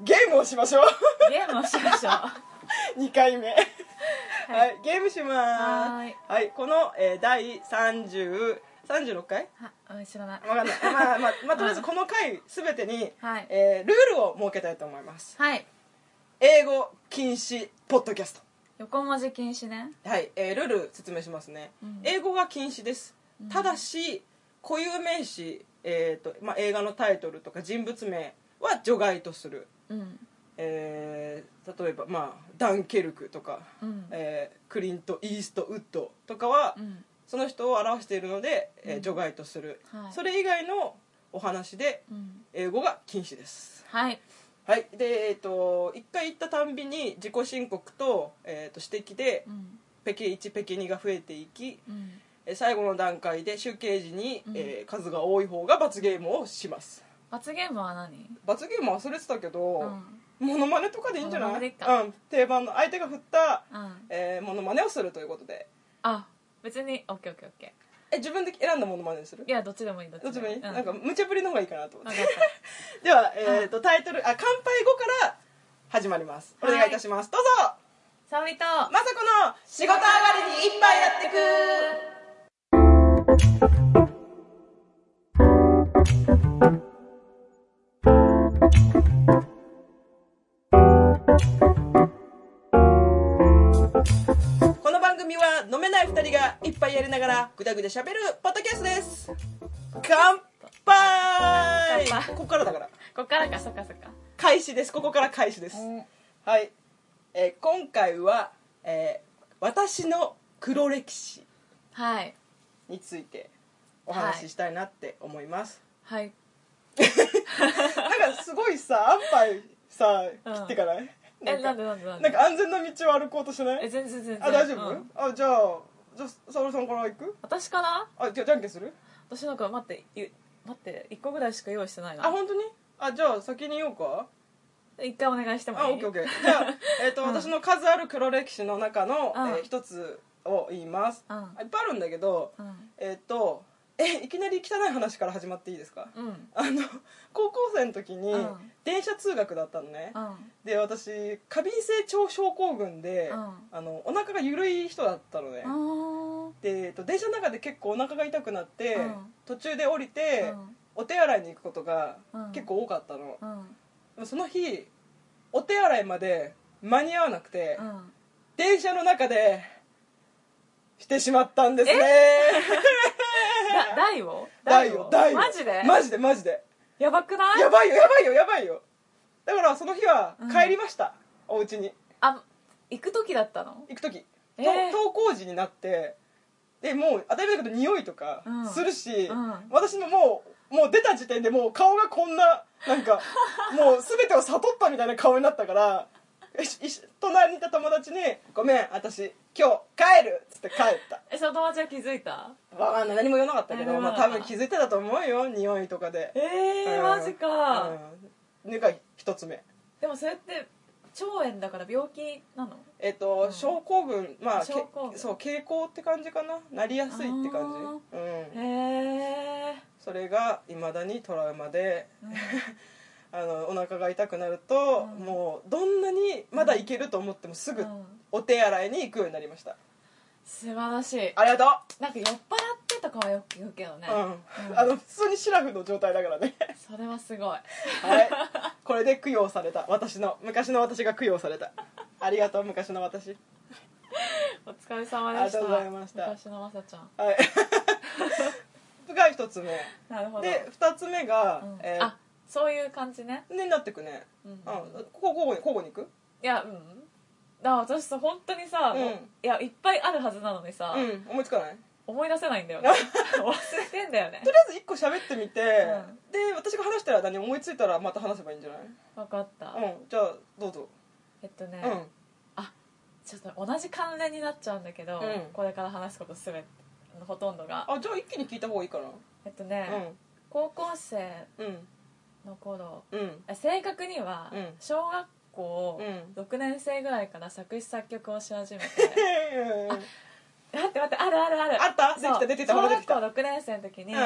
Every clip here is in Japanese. ゲームをしましょう ゲームをしま しょう2回目はい、ゲームしまはーーいすはいこの、えー、第30 36回はうん知らないわかん ないまあまあ、まあ、とりあえうずんこの回全てに、はいえールールを設けたいと思いますはい英語禁止ポッドキャス横文字禁止ねトはい、えールール説明しますね、うん英語は禁止ですただし固有名詞、えーとまあ、映画のタイトルとか人物名は除外とするうんえー例えば、まあ、ダンケルクとか、うんえークリント・イーストウッドとかは、うんその人を表しているので、えー除外とする、はいそれ以外のお話でうん英語が禁止ですはいはいでえっ、と1回行ったたんびに自己申告と,、えー、と指摘でうんペケ1ペケ2が増えていき、うんえー最後の段階で集計時に、うんえー数が多い方が罰ゲームをします罰ゲームは何罰ゲーム忘れてたけど、うんモノマネとかでいいんじゃなモノマネい、かうん、定番の相手が振った、うんえー、モノマネをするということであ別にオッケーオッケーオッケえ自分で選んだモノマネにするーいやどっちでもいいどっどっちちでももいいい、いなんか無茶ぶりの方がいいかなと思って分かったでは、えー、とタイトルあ乾杯後から始まりますお願いいたします、どうぞ沙織とまさこの仕事上がりに一杯やってくこの番組は飲めない二人が一杯やりながらぐだぐだしゃべるポッドキャストです乾杯乾こ杯こからだからこっからかそっかそっか開始ですここから開始です、はい、えー今回は、えー私の黒歴史はいについてお話ししたいなって思います、はいなんかすごいさ安牌さうん切ってかない、えななんんかでなんでなんなんでか安全な道を歩こうとしなえい全然全然あ大丈夫、うんあじゃあじゃあ沙織さんから行く私かなあじゃあじゃんけんする私なんか待ってゆ待って一個ぐらいしか用意してないなあ本当にあじゃあ先に言おうか一回お願いしてもいいあオッケーオッ ケーじゃあ、えーとうん私の数ある黒歴史の中の、うんえー一つを言います、うんあいっぱいあるんだけど、うんえっとえいきなり汚い話から始まっていいですかうんあの高校生の時にうん電車通学だったのね、うんで私過敏性腸症候群で、うんあのお腹が緩い人だったのね、あーでえっと電車の中で結構お腹が痛くなって、うん途中で降りて、うんお手洗いに行くことがうん結構多かったの、うんでもその日お手洗いまで間に合わなくて、うん電車の中でしてしまったんですねだ大をだよだよマジでマジでマジでやばくないやばいよやばいよやばいよだからその日はうん帰りました、お家にあ行く時だったの行く時、えーと登校時になってでもう当たり前だけど匂いとかうんするし、うん私ももうもう出た時点でもう顔がこんななん かもう全てを悟ったみたいな顔になったからいい隣にいた友達に「ごめん私今日帰る」っつって帰ったえその友達は気づいたわかんない何も言わなかったけど、何も言まわあ、な多かった分気づいてたと思うよ匂いとかでえー、うんマジか、うんなんか一つ目でもそれって腸炎だから病気なのえっと、うん症候群まあけ症候群そう傾向って感じかななりやすいって感じ、うん、へえそれがいまだにトラウマでうん あのお腹が痛くなると、うんもうどんなにまだいけると思ってもすうぐんお手洗いに行くようになりました素晴らしいありがとなんか酔っ払ってとかはよく言うけどね、う、うんあの普通にシラフの状態だからねそれはすごいはいこれで供養された私の昔の私が供養されたありがとう昔の私お疲れ様でしたありがとうございました昔のまさちゃんはい が一つ目なるほどで二つ目が、うんえーあそういう感じね、ねなってくねうんうん、ここ交互に交互に行くいやうんだから私さ本当にさ、うんもういやいっぱいあるはずなのにさ、うん思いつかないとり思い出せないん だよね忘れてんだよねあえず一個喋ってみて、で私が話してる間に思いついたらまた話せばいいんじゃない分かった、うんじゃあどうぞえっとね、うん、ちょっと同じ関連になっちゃうんだけど、うんこれから話すことすべてのほとんどがあじゃあ一気に聞いた方がいいかなえっとね、高校生うんうんの頃うんあ正確にはうん小学校うん 6年生ぐらいから作詞作曲をし始めて、へー待って待ってあるあるあるあったそう出てきた出てきたほら出てきた小学校6年生の時に、うん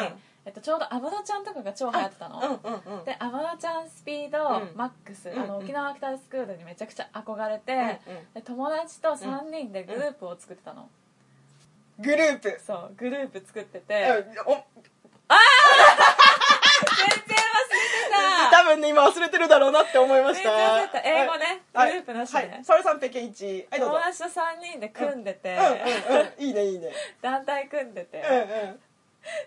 えっと、ちょうど安室ちゃんとかが超流行ってたの、うんうんうんで安室ちゃんスピード、うんマックス、あのうんうん沖縄アクターズスクールにめちゃくちゃ憧れて、うんうんで友達と3人でグループを作ってたの、グループそうグループ作ってて、うんお全然忘れてた多分ね今忘れてるだろうなって思いましためっちゃ忘れた英語ねはいグループなしねはいサルさんペケ1はいどうぞ友達と3人で組んでて、うんうんうんいいねいいね団体組んでて、うんうん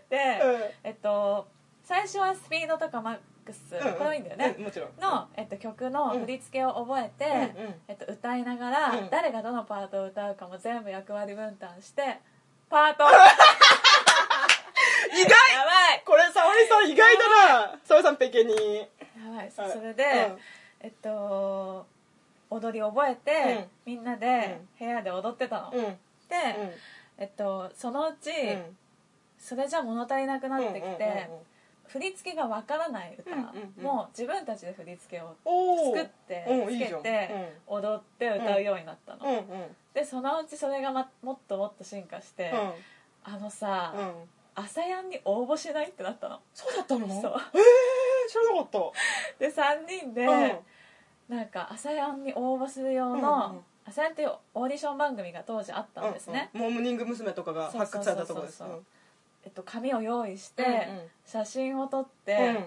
で、うんえっと最初はスピードとかマックス、うんうんこれもいいんだよね、うんもちろんの、えっと、曲の振り付けを覚えて、うんうんえっと、歌いながら、うん誰がどのパートを歌うかも全部役割分担してパートや意外ばいこれ沙織さん意外だな沙織さんペケ2やばはいいそれで、うんえっと踊り覚えて、みんなで部屋で踊ってたの、うんうで、んえっと、そのうち、うんそれじゃ物足りなくなってうんうきて、んうんうん振り付けがわからない歌、うんうんうんもう自分たちで振り付けをおお作ってうんついいけじゃんて踊って歌うようになったうの、んうんでそのうちそれが、ま、もっともっと進化して、うあのさ、んうん朝やんに応募しないってなったのそうだったのそえうー知らなかっで3人で、たうんなんか朝やんに応募する用うんうんの朝やんっていうオーディション番組が当時あったんですね、うんうんモーニング娘。とかが発掘されたところですそうそうそうえっと、紙を用意して、うんうん写真を撮って、うん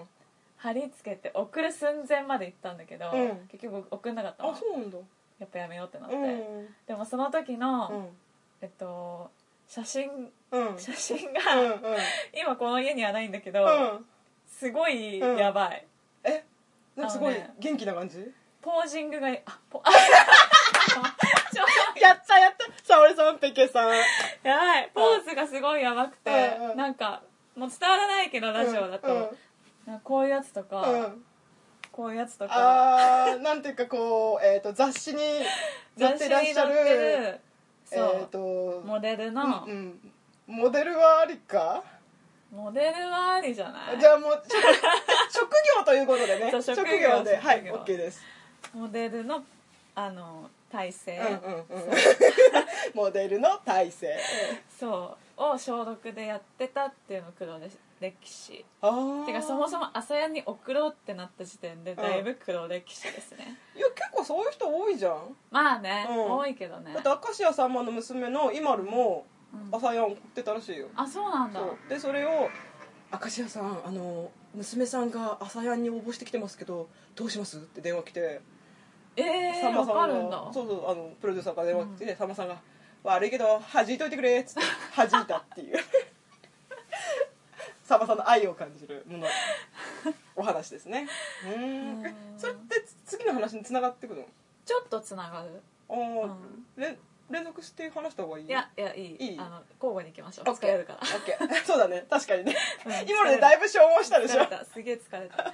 貼り付けて送る寸前まで行ったんだけど、うん結局送んなかったのあそうなんだやっぱやめようってなって、うんでもその時の、うんえっと写真うん写真うが、んうん今この家にはないんだけど、うんすごいうんやばい、えなんかすごいあのね元気な 感じポージングがあポ あちょやったやった沙織さんペケさんやば いポーズがすごいやばくて、うんうんなんかもう伝わらないけどラジオだと、なんかこういうやつとか、うんうんこういうやつとかあーなんていうかこうえっと雑誌に載ってらっしゃるそう、えっとモデルの、うんうんモデルはありかモデルはありじゃないじゃあもう 職職業ということでねそう職職業業ではい職業 OK ですモデルのあの体勢、うんうんうん モデルの体制そうを消毒でやってたっていうの黒です歴史あーてかそもそも朝やんに送ろうってなった時点でだいぶ黒歴史ですね、いや結構そういう人多いじゃんまあね、うん多いけどねだって明石家さんまの娘の IMALU もうん朝やん送ってたらしいよあそうなんだそうでそれを明石家さんあの娘さんが朝やんに応募してきてますけどどうしますって電話来てえさえんー、まわかさんるんがだそうそうあのプロデューサーから電話来て、さんまさんが「悪いけど弾いといてくれ」っつって弾いたっていう さんまさんの愛を感じるものお話ですねうーんうんえそれって次の話に繋がってくのちょっとつながるあー、うんれ連続して話した方がいいいやいやいいいいあの交互に行きましょうオッ疲ケーれるからオッケーそうだね確かにねうん今のでだいぶ消耗したでし疲ょれたすげえ疲れた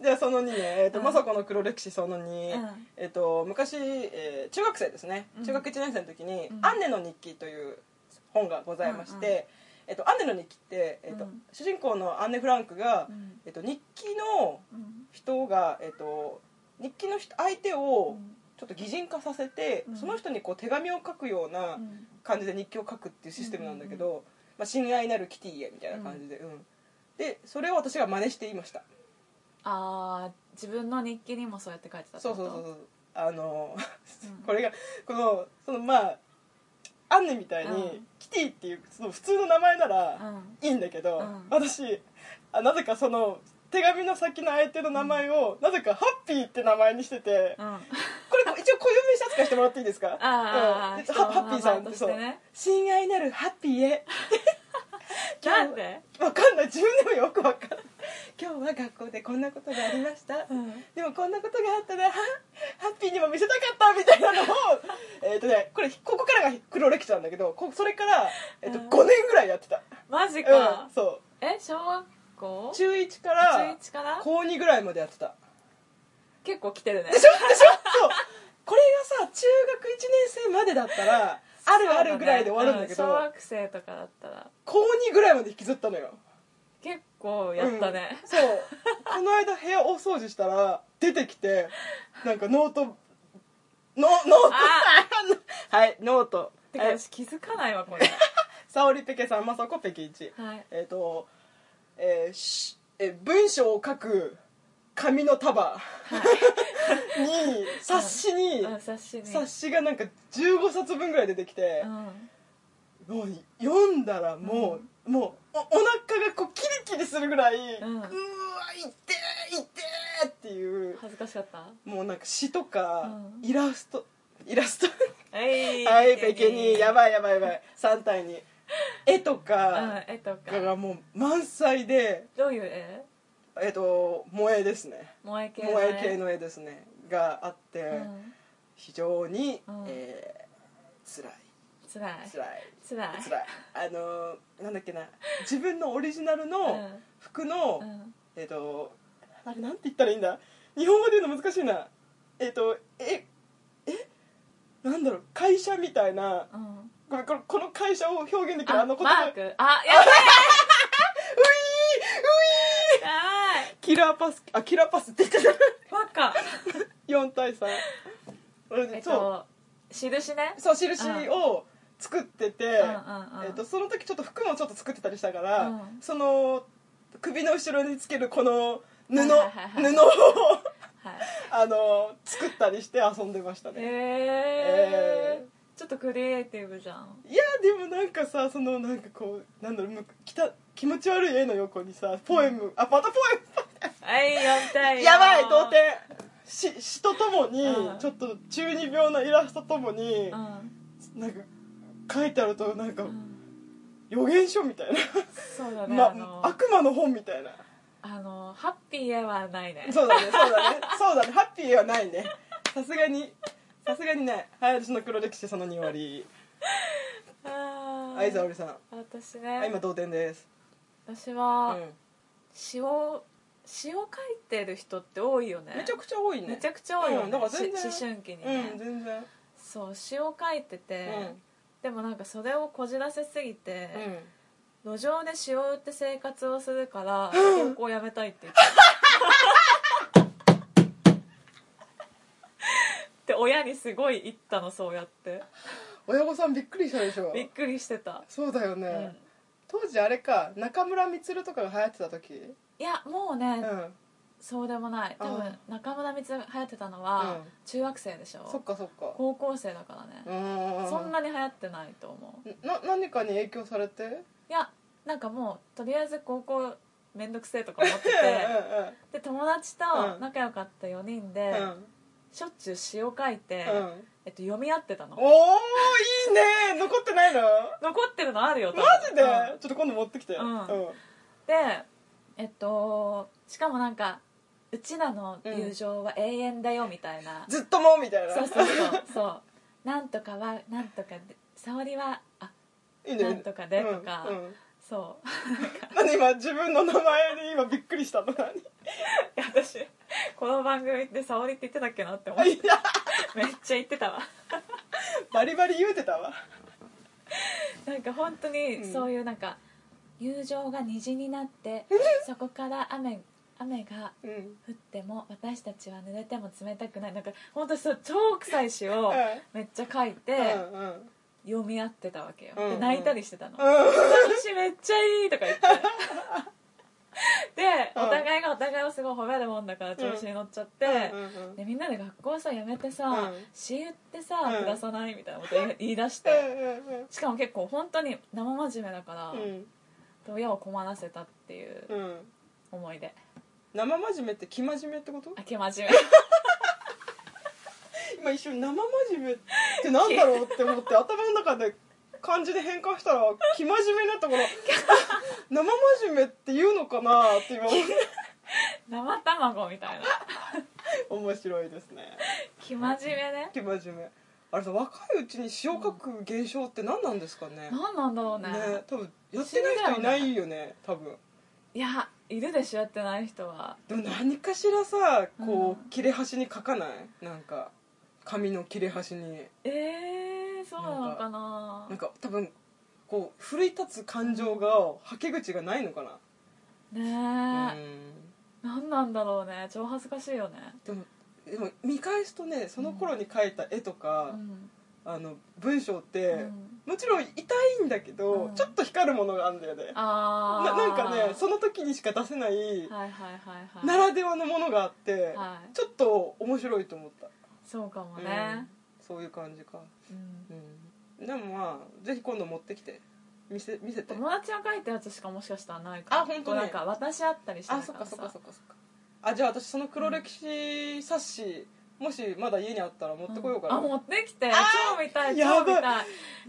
じゃあその2ね、えーとうんまさこの黒歴史その2、うんえー、と昔、えー中学生ですねうん中学1年生の時に「うんアンネの日記」という本がございまして、うえんうー、とアンネの日記って、えーとうん主人公のアンネ・フランクが、うんえー、と日記のうん人が、えー、と日記の人相手をうんちょっと擬人化させて、うんその人にこう手紙を書くようなうん感じで日記を書くっていうシステムなんだけど、まあ、親愛なるキティへみたいな感じで、うんでそれを私が真似していました。ああ自分の日記にもそうやって書いてたってそうことそうそうそうあの、うんこれがこのそのまあアンネみたいに、うんキティっていうその普通の名前ならうんいいんだけど、うん私あなぜかその手紙の先の相手の名前を、なぜかハッピーって名前にしてて、うん、あこれ一応小読みした扱いしてもらっていいですかあー、うんで人ハのハッピーさん名前とっしててそうね「親愛なるハッピーへ」 なんで、わかんない自分でもよくわかんない今日は学校でこんなことがありました、んでもこんなことがあったらはハッピーにも見せたかったみたいなのをえっとねこれここからが黒歴史なんだけどこそれから、えっとうん5年ぐらいやってた、マジか、うん、そえ小学校う中1から中一から高2ぐらいまでやってた結構来てるねでしょでしょそうこれがさ中学1年生までだったらあるあるぐらいで終わるんだけどう小学生とかだったら高2ぐらいまで引きずったのよ結構やったね、うんそうこの間部屋お掃除したら出てきてなんかノートのノート はいノートてか私気づかないわこれ沙織ペケさんまさこペケ1はいえっ、と、えーしえー文章を書く紙の束に冊子にあ冊子に冊子がなんか15冊分ぐらい出てきてう、んもう読んだらもう、もうおお腹がこうキリキリするぐらい、ううんわ痛え痛えっていう恥ずかしかったもうなんか詩とか、うんイラストイラストはいはいペケにやばいやばいやばい3体に絵とうんか絵とかがもう満載でどういう絵えっと萌えですね萌え系萌え系の絵ですねがあって、うん非常に、うんえー、辛いつらい辛いつらい辛いあのーなんだっけな自分のオリジナルうのん服の、うんえっ、とあれなんて言ったらいいんだ日本語で言うの難しいなえっ、とええなんだろう会社みたいなうんこれこれこの会社を表現できるああの言マ葉ークあやばいういやばいキラーパスあキラーパス って言ってたバカ4対3えっそうと印ねそう印を作ってて、うんうんうんえっとその時ちょっと服もちょっと作ってたりしたから、うんその首の後ろにつけるこの布、はいはいはいはい布を はいあの作ったりして遊んでましたね、へええちょっとクリエイティブじゃんいやでもなんかさそのなんかこうなんだろうむきた気持ち悪い絵の横にさポエム、あまたポはい4エム対やばい同点し詩とともに、うんちょっと中二病なイラストともに、うんなんか書いてあるとなんかうん予言書みたいなそうだね、あまの、悪魔の本みたいなあのハッピー絵はないねそうだねそうだねそうだねハッピーはないねさすがにさすがにないはい私の黒歴史その2割あ相沢ー織さん私あね今同点です私うはん詩を詩を書いてる人って多いよねめちゃくちゃ多いねめちゃくちゃ多いよね、うんだから全然し思春期にねう、ん全然そう詩を書いてて、でもなんかそれをこじらせすぎて、うんうん路上で塩売って生活をする から高校やめたいって言ってで親にすごい言ったのそうやって親御さんびっくりしたでしょびっくりしてた、そうだようんね当時あれか中村充とかが流行ってた時いやもうね、うんそうでもない多あ分中村光が流行ってたのはうん中学生でしょ、そっかそっか高校生だからね、うんそんなに流行ってないと思うな何かに影響されていやなんかもうとりあえず高校めんどくせえとか思っててで友達と仲良かった4人で、うんうんうんしょっちゅう詩を書いて、うんえっと、読み合ってたのおおいいね残ってないの残ってるのあるよ多マ分ジで、うんちょっと今度持ってきてうんでえっとしかもなんかうちらの友情は永遠だよみたいな、ずっともうみたいなそうそうそうそうなんとかはなんとかで沙織はあいいねなんとかでとかうんうんそうなんで今自分の名前で今びっくり したの何いや私この番組で沙織って言ってたっけなって思っあていやめっちゃ言ってたわバリバリ言うてたわなんか本当にうんそういうなんか、友情が虹になってそこから雨雨がうん、降っても私たちは濡れても冷たくないなんか本当にそう超臭い詩をうんめっちゃ書いて、うんうん読み合ってたわけよ、うんうでん泣いたりしてたの「うん私めっちゃいい」とか言ってでうんお互いがお互いをすごい褒めるもんだから調子に乗っちゃって、うんうんでみんなで学校さやめてさ、うん私言ってさ、うん下さないみたいなこと言い言い出して、しかも結構本当に生真面目だから、うん親を困らせたっていううんうん思い出生真面目って生真面目ってことあけ真面目今 一瞬生真面目ってなんだろうって思って頭の中で漢字で変換したら生真面目なとこ ろ生真面目って言うのかなって今思って生卵みたいな面白いですね生真面目ね生真面目あれさ若いうちに詩を書く現象って何なんですかね、何なんだろうねね多分やってない人いないよね多分いやいるでしょやってない人はでも何かしらさこう、うん切れ端に書かないなんか紙の切れ端にえー、そうなのかななんか多分こう奮い立つ感情がはけ口がないのかねえ、な、なん、うん何なんだろうね超恥ずかしいよねでもでも見返すとねその頃に描いた絵とうか、んあの文章って、うんもちろん痛いんだけど、うんちょっと光るものがあるんだよねあなーなんかねその時にしか出せないはいはいはいはいならではのものがあって、はいちょっと面白いと思った、そうかもうねん、そういう感じか、うんうん、でもまあぜひ今度持ってきて見せ見せて友達が書いたやつしかもしかしたらないからあ本当ねなんか渡し合ったりしてあたそっかからそっかさそっかそっかあじゃあ私その黒歴史冊子もしまだ家にあったら持ってこようかな、あ持ってきてあー超見たいや超ばい見たい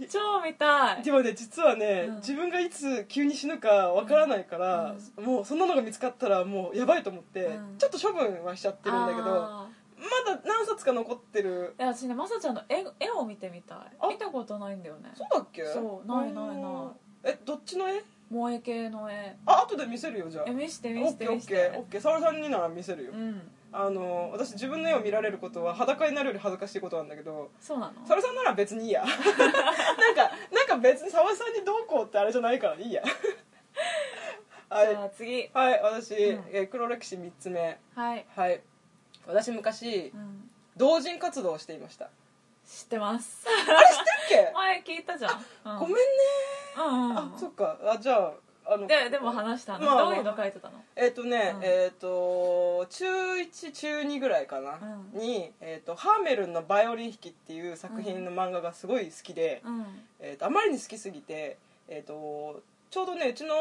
超見た いでもね実はね、うん自分がいつ急に死ぬかわからないから、もうそんなのが見つかったらもうやばいと思って、うんちょっと処分はしちゃってるんだけどまあーだ何冊か残ってるいや私ねまさちゃんの絵絵を見てみたあい見たことないんだよねそうだっけそうないないないいえどっちの絵萌え系の絵あ後で見せるよじゃあえ見して見オッしてケーオ見ッしケーてオッケー沢田さんになら見せるよ、うんあの私自分の絵を見られることは裸になるより恥ずかしいことなんだけどそうなのそれさんなら別にいい やなんかなんか別に沢田さんにどうこうってあれじゃないからい いやはじゃいあ次はい私、うんえー黒歴史3つ目はい、はい私昔うん、同人活動をしていました知ってますあれ知ってっ 前聞いたじゃん、うけん、ごめんねうんうん、あそっかあじゃああのででも話したの、まあまあどういうの書いてたのえっ、とね、うんえっ、と中1中2ぐらいかな、うんに、えーと「ハーメルンのバイオリン弾き」っていう作品の漫画がすごい好きで、うんえー、とあまりに好きすぎて、えー、とちょうどねうちの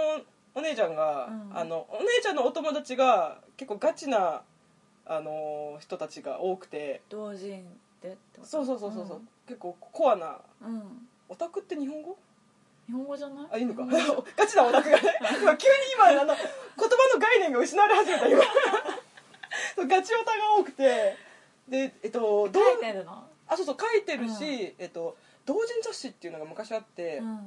お姉ちゃんが、うんあのお姉ちゃんのお友達が結構ガチな、あのー人たちが多くて同人でってことそうそうそうそう、う結構コアなうん、うんオタクって日本語日本語じゃないあいいのか日本語 ガチなオタクがね今急に今あの言葉の概念が失われ始めた 今そうガチオタが多くてでえっとどう書いてるのあそうそう書いてるし、うえっと同人雑誌っていうのが昔あって、うん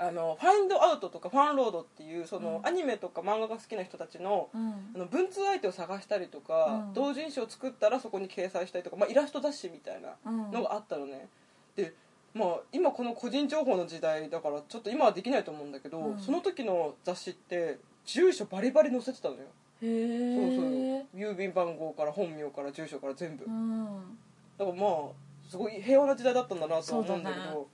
あのファインドアウトとかファンロードっていうその、うんアニメとか漫画が好きな人たちのうんあの文通相手を探したりとか、うん同人誌を作ったらそこに掲載したりとか、まあ、イラスト雑誌みたいなうんのがあったのね、でまあ今この個人情報の時代だからちょっと今はできないと思うんだけど、うんその時の雑誌って住所バリバリ載せてたのよ、へえそうそう郵便番号から本名から住所から全部、うんだからまあすごい平和な時代だったんだなとは思うんだけどそうだね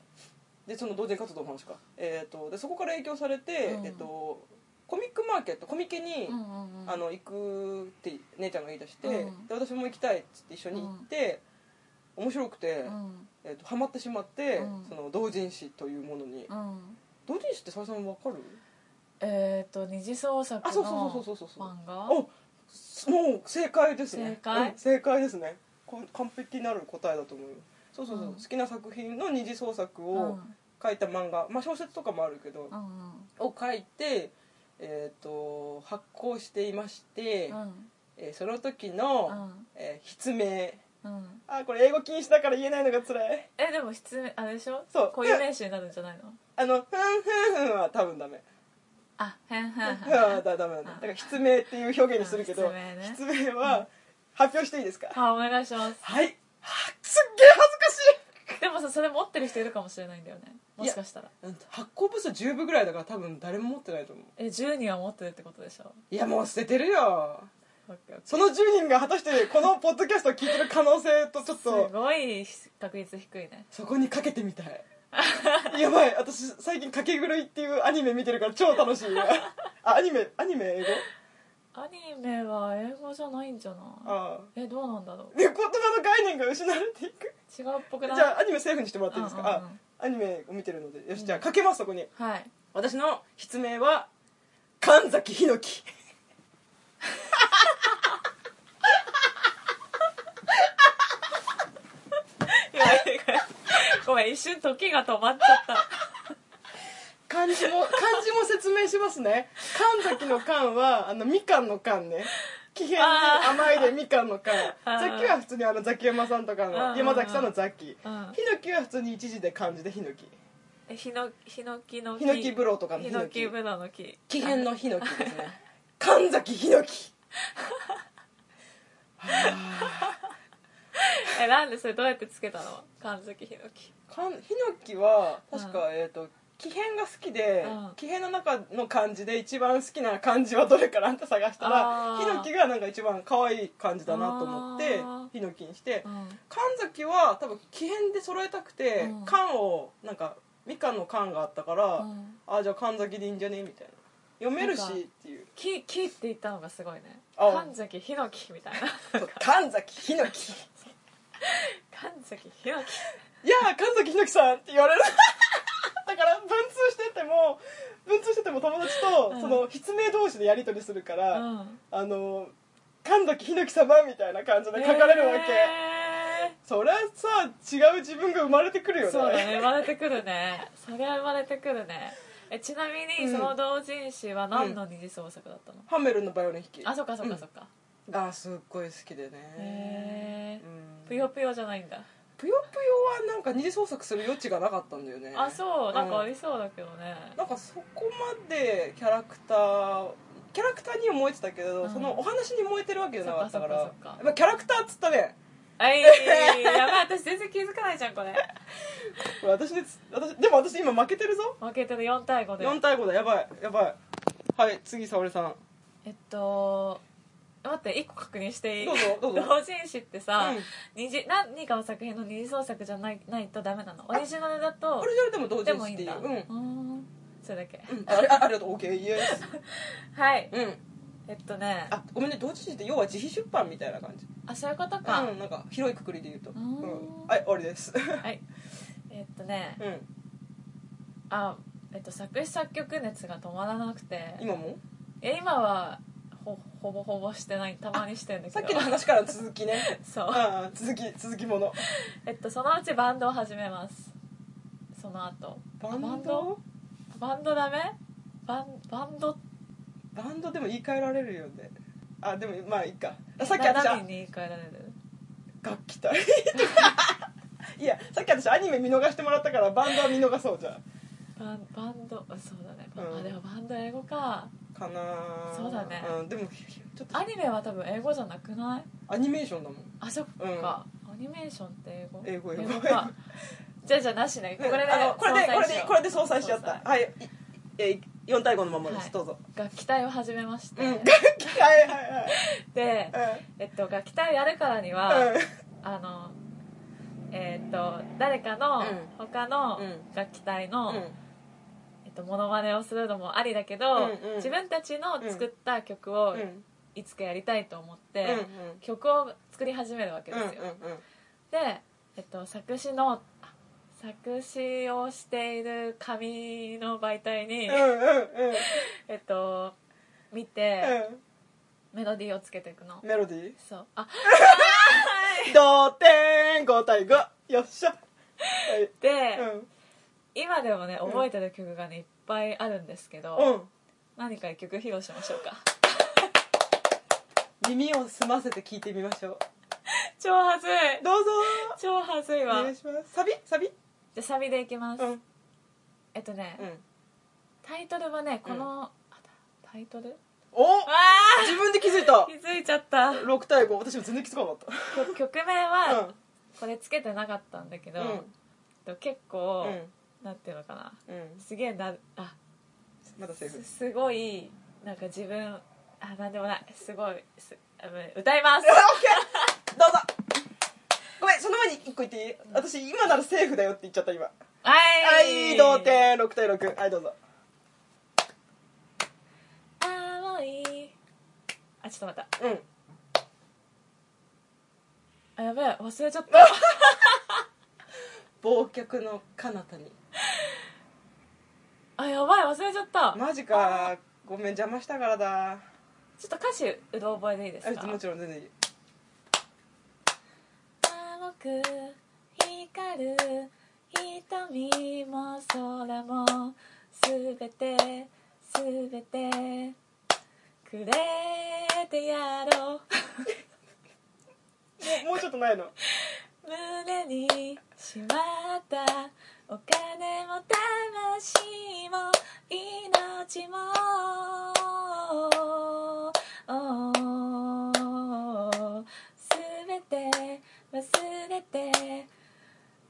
でその同人活動の話か、えー、とでそこから影響されて、うんえっとコミックマーケットコミケに、うんうんうんあの行くって姉ちゃんが言い出して、うんで私も行きたいっつって一緒に行って、面白くて、うんえー、とハマってしまって、うんその同人誌というものに、うん同人誌って沢井さんわかるえっ、と二次創作あそうそうそうのそうそうそう漫画おすもう正解ですね正解うん正解ですねこん完璧なる答えだと思うよそうそうそう、うん好きな作品の二次創作うんを書いた漫画、まあ小説とかもあるけど、うんを書いてえっ、と発行していまして、うんえーその時うの、んえー筆名うんあーこれ英語禁止だから言えないのが辛いえでも失明あれでしょそう固有名詞になるんじゃないのあの「ふんふんふん」は多分ダメ あへんへんふんへんはだダメなんだだから筆名っていう表現にするけどうん筆名ね筆名は発表していいですかあお願いしますはいあすっげえ恥ずかしいでもさそれ持ってる人いるかもしれないんだよねもしかしたら発行部数10部ぐらいだから多分誰も持ってないと思うえ10人は持ってるってことでしょいやもう捨ててるよオッケーオッケーその10人が果たしてこのポッドキャストを聞いてる可能性とちょっすとごい確率低いねそこにかけてみたいやばい私最近「かけ狂い」っていうアニメ見てるから超楽しいわあアニメアニメ英語アニメは英語じゃないんじゃないああえどうなんだろうで言葉の概念が失われていく違うっぽくじないゃあアニメセーフにしてもらっていいですか、うんうんうんあアニメを見てるのでよしじゃあかけますそこにはい私の筆名は神崎ひのきごめん一瞬時が止まっちゃった漢字も漢字も説明しますね神崎の缶はあのみかんの缶ね奇変に甘いでみかんの缶あーザキは普通にあのザキヤマさんとかうのん山崎さんのザキヒうんノキは普通に一字で漢字でヒノキえヒノヒノキのヒノキ風呂とかのヒヒノノキキブナの木奇変のヒノキですね神崎ヒノキえなんでそれどうやってつけたの神崎ヒノキかんヒノキは確か、うえっ、と奇変が好きでうん奇変の中の漢字で一番好きな漢字はどれかなって探したあらーヒノキがなんか一番可愛い漢字だなと思ってあーヒノキにしてうん神崎は多分奇変で揃えたくてうん缶をなんかみかんの缶があったから、うんあじゃあ神崎でいいんじゃねみたいな読めるしなんかっていう木木って言ったのがすごいねあ神崎ヒノキみたいなそう神崎ヒノキ神崎ヒノキいやー神崎ひのきさんって言われる だから文通してても文通してても友達うとんその筆名同士でやり取りするかうら、んあの神崎ひのき様みたいな感じで書かれるわけ、へそりゃさ違う自分が生まれてくるよーねそうだね生まれてくるねそりゃ生まれてくるねえちなみにうんその同人誌は何の二次創作だったの、ハメルのバイオリン弾きあそっかそっかそっか、うんあすっごい好きでへねーうんぷよぷよじゃないんだ、ぷよぷよはなんか二次創作する余地がなかったんだよねあそうなんかあうりそうだけどね、なんかそこまでキャラクターキャラクターには燃えてたけど、うんそのお話に燃えてるわけじゃなかったからそっかそっかそっかまあキャラクターっつったねあいやばい私全然気づかないじゃんこれこれ私ねつ私でも私今負けてるぞ負けてる4対5で4対5だやばいやばいはい次沙織さんえっと待って1個確認していいどうぞどうぞ同人誌ってさ、うん二次何かの作品の二次創作じゃないないとダメなのオリジナルだとこれじゃでも同で時にもしいいんていいだうん、うんうんそれだけ、あれあありがとう OK イエスはいうんえっとねああごめんね同時にって要は自費出版みたいな感じそういうことか、うんなんか広いくくりで言うとーうんんはい終わりです はいえっとねうんあえっと作詞作曲熱が止まらなくて今もえ今はほほぼほぼしてないたまにしてるんだけどさっきの話からの続きねそうああ続き続きものえっとそのうちバンドを始めますその後バンドバンドバンドダメバンバンドバンドでも言い換えられるよねあでもまあいいかあさっき私何はに言い換えられる楽器隊いやさっき私アニメ見逃してもらったからバンドは見逃そうじゃバンバンドあそうだね、バンうんあでもバンド英語かあかなーそうだねん、でもちょっとアニメは多分英語じゃなくないアニメーションだもんあそっか、アニメーションって英語英語英語かじゃあじゃあなしねこれで、ねあのこれでこれ総裁しでようこれで相殺しちゃった総裁はいいえ4対5のままです、はいどうぞ楽器隊を始めまして、うん楽器隊はいはい で、はいえっと、楽器隊をやるからには、あのえーっと誰かのうん他のうん楽器隊の、うんうんえっと、モノマネをするのもありだけど、うんうん自分たちの作った曲をうんいつかやりたいと思っうんて、曲を作り始めるわけでうすんよ、で、えっと、作詞のあ作詞をしている紙の媒体に、うんうんうんうんえっと見て、うんメロディーをつけていくの、メロディーそうあ同点5対5よっしゃはいで、うん今でもね覚えてる曲がねいっぱいあるんですけど、うん何か一曲披露しましょうか 耳を澄ませて聞いてみましょう超はずいどうぞ超はずいおわ願いじしますサビサビゃあサビでいきます、うんうんえっとね、タイトルはねこの、あタイトルおわあ自分で気づいた気づいちゃった6対5私も全然気づかなかっ曲曲名たはこれつけてなかったんだけど、うんと結う構、んなんていうのかなうんうんすげえなあまだセーフすすごいなんか自分あなんでもないすごいすあもう歌いますどうぞごめんその前に1個言っていい私今ならセーフだよって言っちゃった今ははいい同点6対6はいどうぞ青いあちょっと待っうんたあやべえ忘れちゃ った忘却の彼方にあやばい忘れちゃったマジかごめん邪魔したからだちょっと歌詞うろ覚えでいいですあかもちろん全然いい青く光る瞳も空もすべてすべてくれてやろうもうもうちょっとないの胸にしまったお金も魂も命もすべて忘れて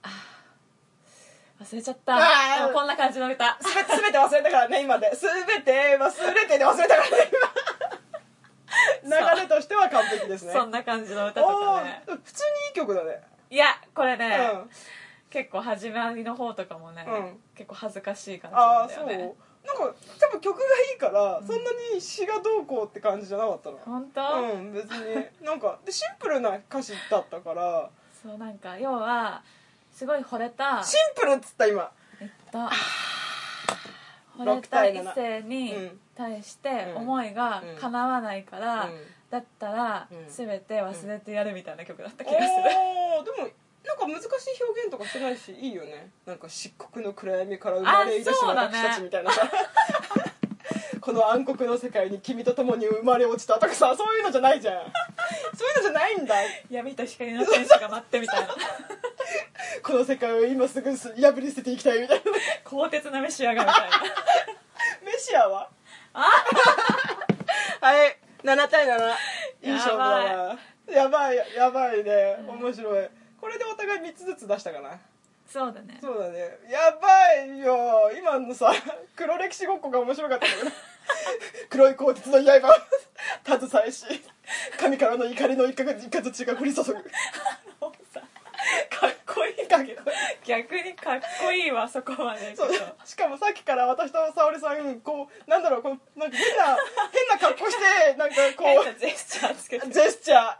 あ忘れちゃったあーあこんな感じの歌 すべ全て忘れたからね今で全て忘れてで忘れたからね 今流れとしては完璧ですねそんな感じの歌とおかーね普通にいい曲だねいやこれね、うん結構始まりの方とかもね、うん結構恥ずかしい感じあなあんだそうよなんねか多分曲がいいからそんなに詩がどうこうって感じじゃなかったの本当、うん別になんかでシンプルな歌詞だったからそうなんか要はすごい惚れたシンプルっつった今えっと惚れ六た対異七性に対してうん思いが叶わないから、うんだったらうん全て忘れてやるみたいな曲だったお気がする、ーでもなんか難しい表現とかしてないしいいよねなんか漆黒の暗闇から生まれ出しあそうだね私たちみたいなさ この暗黒の世界に君と共に生まれ落ちたとかさそういうのじゃないじゃんそういうのじゃないんだ闇と光の天使が待ってみた いなこの世界を今すぐす破り捨てていきたいみたいな鋼鉄な召し上がみたいなメシアははい7対7いい勝負だなやばいやばいね面白いこれでお互い3つずつ出したかなそうだねそうだねやばいよ今のさ黒歴史ごっこが面白かったんだ けど黒い鋼鉄の刃携えし神からの怒りの一角一角血が降り注ぐかっもうさかっこいいけど逆にかっこいいわそこまでそうしかもさっきから私と沙織さんこうなんだろうこうなんか変な変な格好してなんかこ変なうジェスチャー つけてジェスチャー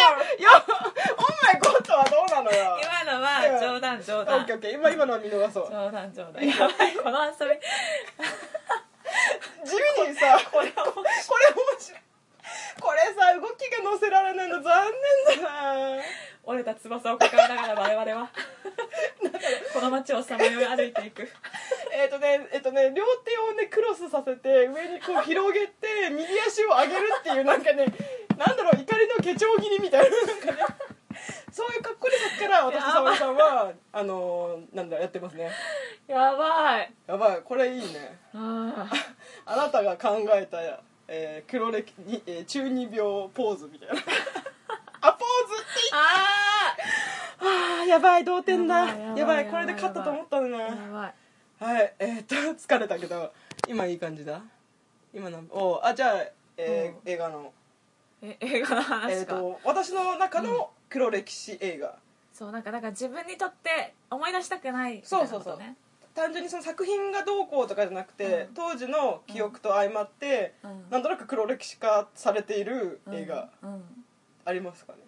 今よオンマイゴッドはどうなのよのは冗談冗オッ談ケーオッケー今今のは見逃そう冗談冗談やばいこの遊び地味にさこれをこれ面白いこれさ動きが乗せられないの残念だな折れた翼を抱えながら我々は この街をさまよい歩いていくえっ、とねえっ、とね両手をねクロスさせて上にこう広げて右足を上げるっていうなんかねなんだろう怒りの化粧切りみたいななんかねそういう格好でさっきから私と沙織さんはあのーなんだやってますねやばいやばいこれいいねあーあなたが考えた、えー黒歴に、えー中二病ポーズみたいなあポーズってああーやばい同点だやばやばいやばいいこれで勝ったと思ったのになーやばいはいえーっと疲れたけど今いい感じだ今のおうあじゃあ、えー映画のえ映画えーの話っか、と私の中の黒歴史映画、そうなんかなんか自分にとって思い出したくないみたいそうなそうこそうとね単純にその作品がどうこうとかじゃなくて、うん当時の記憶と相まって、うんなんとなく黒歴史化されている映画うんうんありますかね、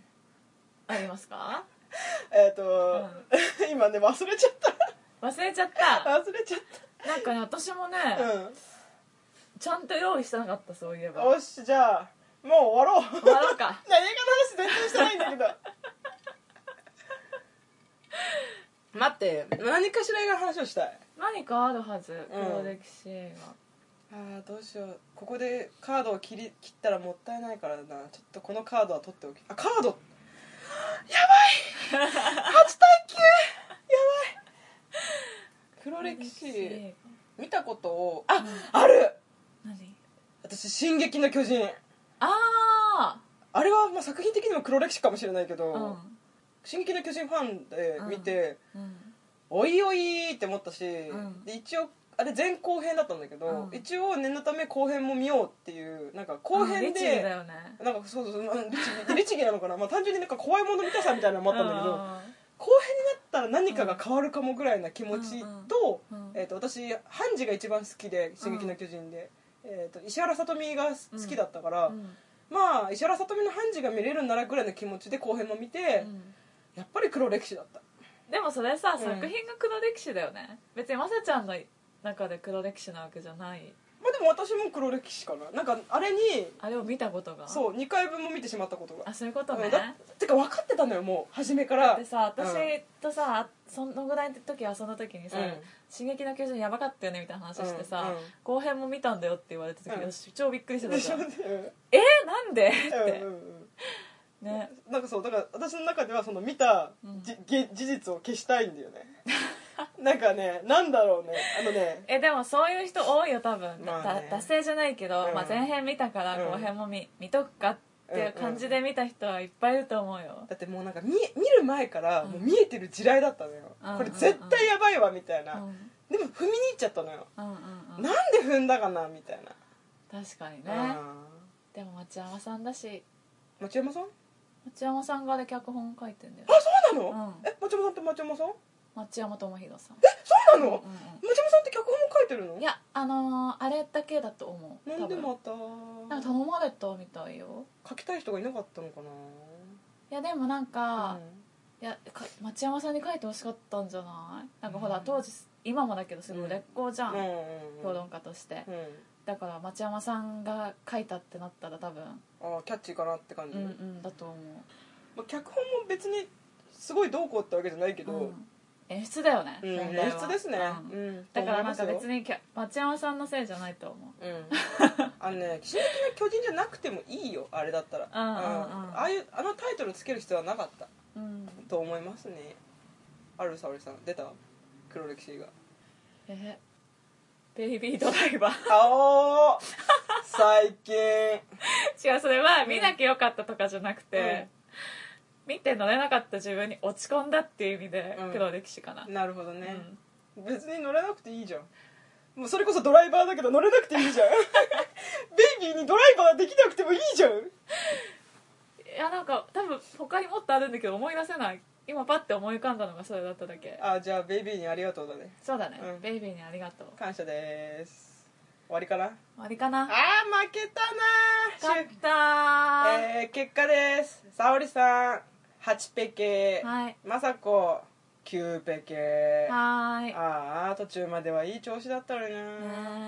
ありますかえーっと、 今ね忘れちゃっ忘れちゃったた忘れちゃっなんかね私もね、 たうんちゃんと用意してなかったそういえばよしじゃあもう終わろう終わろうか何映画の話全然してないんだけど待って何かしら映画の話をしたい何かあるはずん黒歴史映画、あーどうしようここでカードを切り切ったらもったいないからなちょっとこのカードは取っておきあカードやばい8対9やばい黒歴史見たことをあ、ある何私「進撃の巨人あ」あれはまあ作品的にも黒歴史かもしれないけど「あ進撃の巨人」ファンで見て、うんうんおいおいって思ったし、んで一応あれ前後編だったんだけど、うん一応念のため後編も見ようっていうなんか後編律儀だで、よねなんかそうそうそううん律儀律儀なのかな、まあ、単純になんか怖いもの見たさみたいなのもあったんだけど、後編になったら何かが変わるかもぐらいな気持ちと,、うんうんえー、と私ハンジが一番好きで「進撃の巨人で」えー、と石原さとみが好きだったから、うんうんまあ石原さとみのハンジが見れるならぐらいの気持ちで後編も見て、うんやっぱり黒歴史だった。でもそれさうん作品が黒歴史だよね別にまさちゃんの中で黒歴史なわけじゃないまあでも私も黒歴史かななんかあれにあれを見たことがうそう2回分も見てしまったことがあそういうことうねんだてか分かってたのよもう初めからでさうん私とさそのぐらいの時遊んだ時にさうん「進撃の巨人やばかったよね」みたいな話してうんさうん後編も見たんだよって言われた時うん私超びっくりしてたでしじゃょんねえなんでっうんうてんうんねなんかそうだから私の中ではその見たじ、げ事実を消したいんだよね なんかねなんだろうねあのねえでもそういう人多いよ多分、まあねだ達成じゃないけど、うんまあ、前編見たからうん後編も見,、見とくかっっていう感じで見た人はいっぱいいると思うよだってもうなんか見見る前からもう見えてる地雷だったのよ、うんこれ絶対やばいわみたいな、うんでも踏みに行っちゃったのよ、うんうんうんなんで踏んだかなみたいな、確かにねあでも町山さんだしー町山さんあ町山さんがで脚本書いてんだよそうなの、うんえ町山さんって町山さん町山智博さんえそうなの、うんう町山さんって脚本書いてるのんいやあのーあれだけだと思うなんで多また分なんか頼まれたみたいよ書きたい人がいなかったのかないやでもなんか、うんいやか町山さんに書いてほしかったんじゃないなんかほら、うん当時今もだけどすごういん劣行じゃん、うんうんうん評論家としてうんだから町山さんが書いたってなったら多分ああキャッチーかなって感うじ、んうんだと思う、まあ、脚本も別にすごいどうこうってわけじゃないけど、ううんん、演出だよね、うん、問題は演出ですね、うんうんだからなんか別ににきゃ町山さんのせいじゃないと思うんあのね「 進撃の巨人」じゃなくてもいいよあれだったら、うんうんうんああいうあのタイトルつける必要はなかったう、うん、と思いますねある沙織さん出た黒歴史がえベイビードライバー あおー最近 違うそれは見なきゃよかったとかじゃなくて、見て乗れなかった自分に落ち込んだっていう意味でうん黒歴史かな、なるほどね、うん別に乗らなくていいじゃんもうそれこそドライバーだけど乗れなくていいじゃん ベイビーにドライバーできなくてもいいじゃんいやなんか多分他にもっとあるんだけど思い出せない今パッて思い浮かんだのがそれだっただけあじゃあベイビーにありがとうだねそうだね、うんベイビーにありがとう感謝です終わりかな終わりかなあー負けたな勝ーっしゅたー、えー、結果です沙織さん8ペケ、はいまさこ9ペケはーいああ途中まではいい調子だったのにな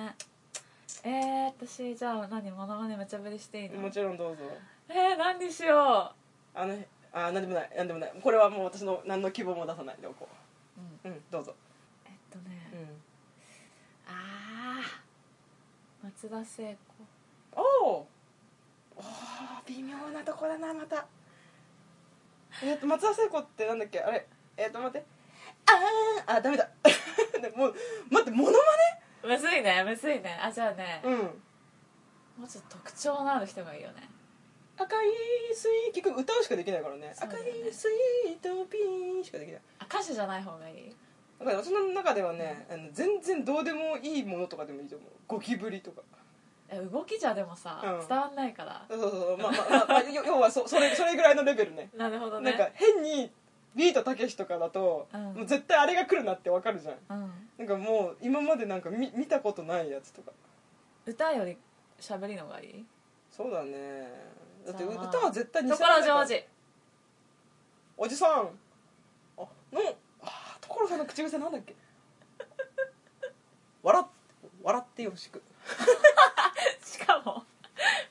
ねええー、私じゃあ何モノマネ無茶ぶりしていいのもちろんどうぞえー、何にしよあのあーなんでもないなんでもないこれはもう私の何の希望も出さないでおこう、うん、ううんどうぞえっとね、うんああ松田聖子おおおー微妙なとこだなまたえっ、と松田聖子ってなんだっけあれえっ、と待ってあーあダメだ でもう待ってモノむずいねむずいねあじゃあねマ、ネうんもうちょっと特徴のある人がいいよね赤いスイート結局歌うしかできないからねそうだ赤よいねスイートピーンしかできないあ歌手じゃない方がいいだから私の中ではねあの全然どうでもいいものとかでもいいと思うゴキブリとかえ動きじゃでもさ、うん伝わんないからそうそうそうまあまあ、まあまあ、よ要は そそれそれぐらいのレベルねなるほどなねんか変にビートたけしとかだと、うんもう絶対あれが来るなってわかるじゃんうん、なんかもう今までなんか見見たことないやつとか歌より喋りのがいいそうだねだってじゃあ歌は絶対とにころジョージおじさんあのあー所さんの口癖なんだっ け笑っ笑ってよろしく しかも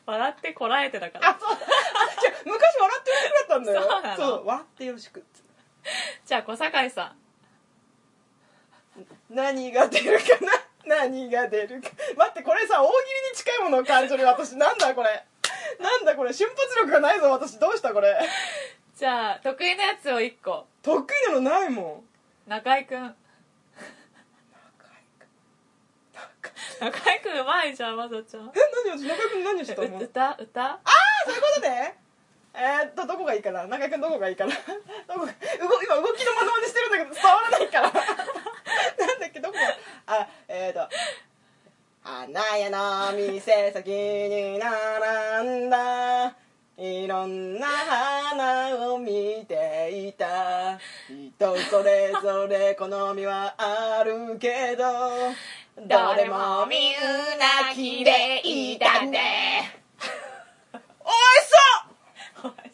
笑ってこらえてだからあそうじゃあ昔笑ってよろしくだったんだよそうなの笑ってよろしくじゃあ小堺さ何が出るかな 何が出るか待ってこれさ大喜利に近いものを感じる私なんだこれなんだこれ瞬発力がないぞ私どうしたこれんじゃあ得意なやつを1個得意なのないもん中居くん中居くんうまいじゃんまさちゃんえ何を中居君何をしてたの う歌歌そういうことねえー、っとどこがいいかな中居君どこがいいかな どこが動今動きのまのまねしてるんだけど伝わらないから なんだっけどこがあえー、っと花屋の店先に並んだいろんな花を見ていた人それぞれ好みはあるけどどれもみんな綺麗だねおいしそうおい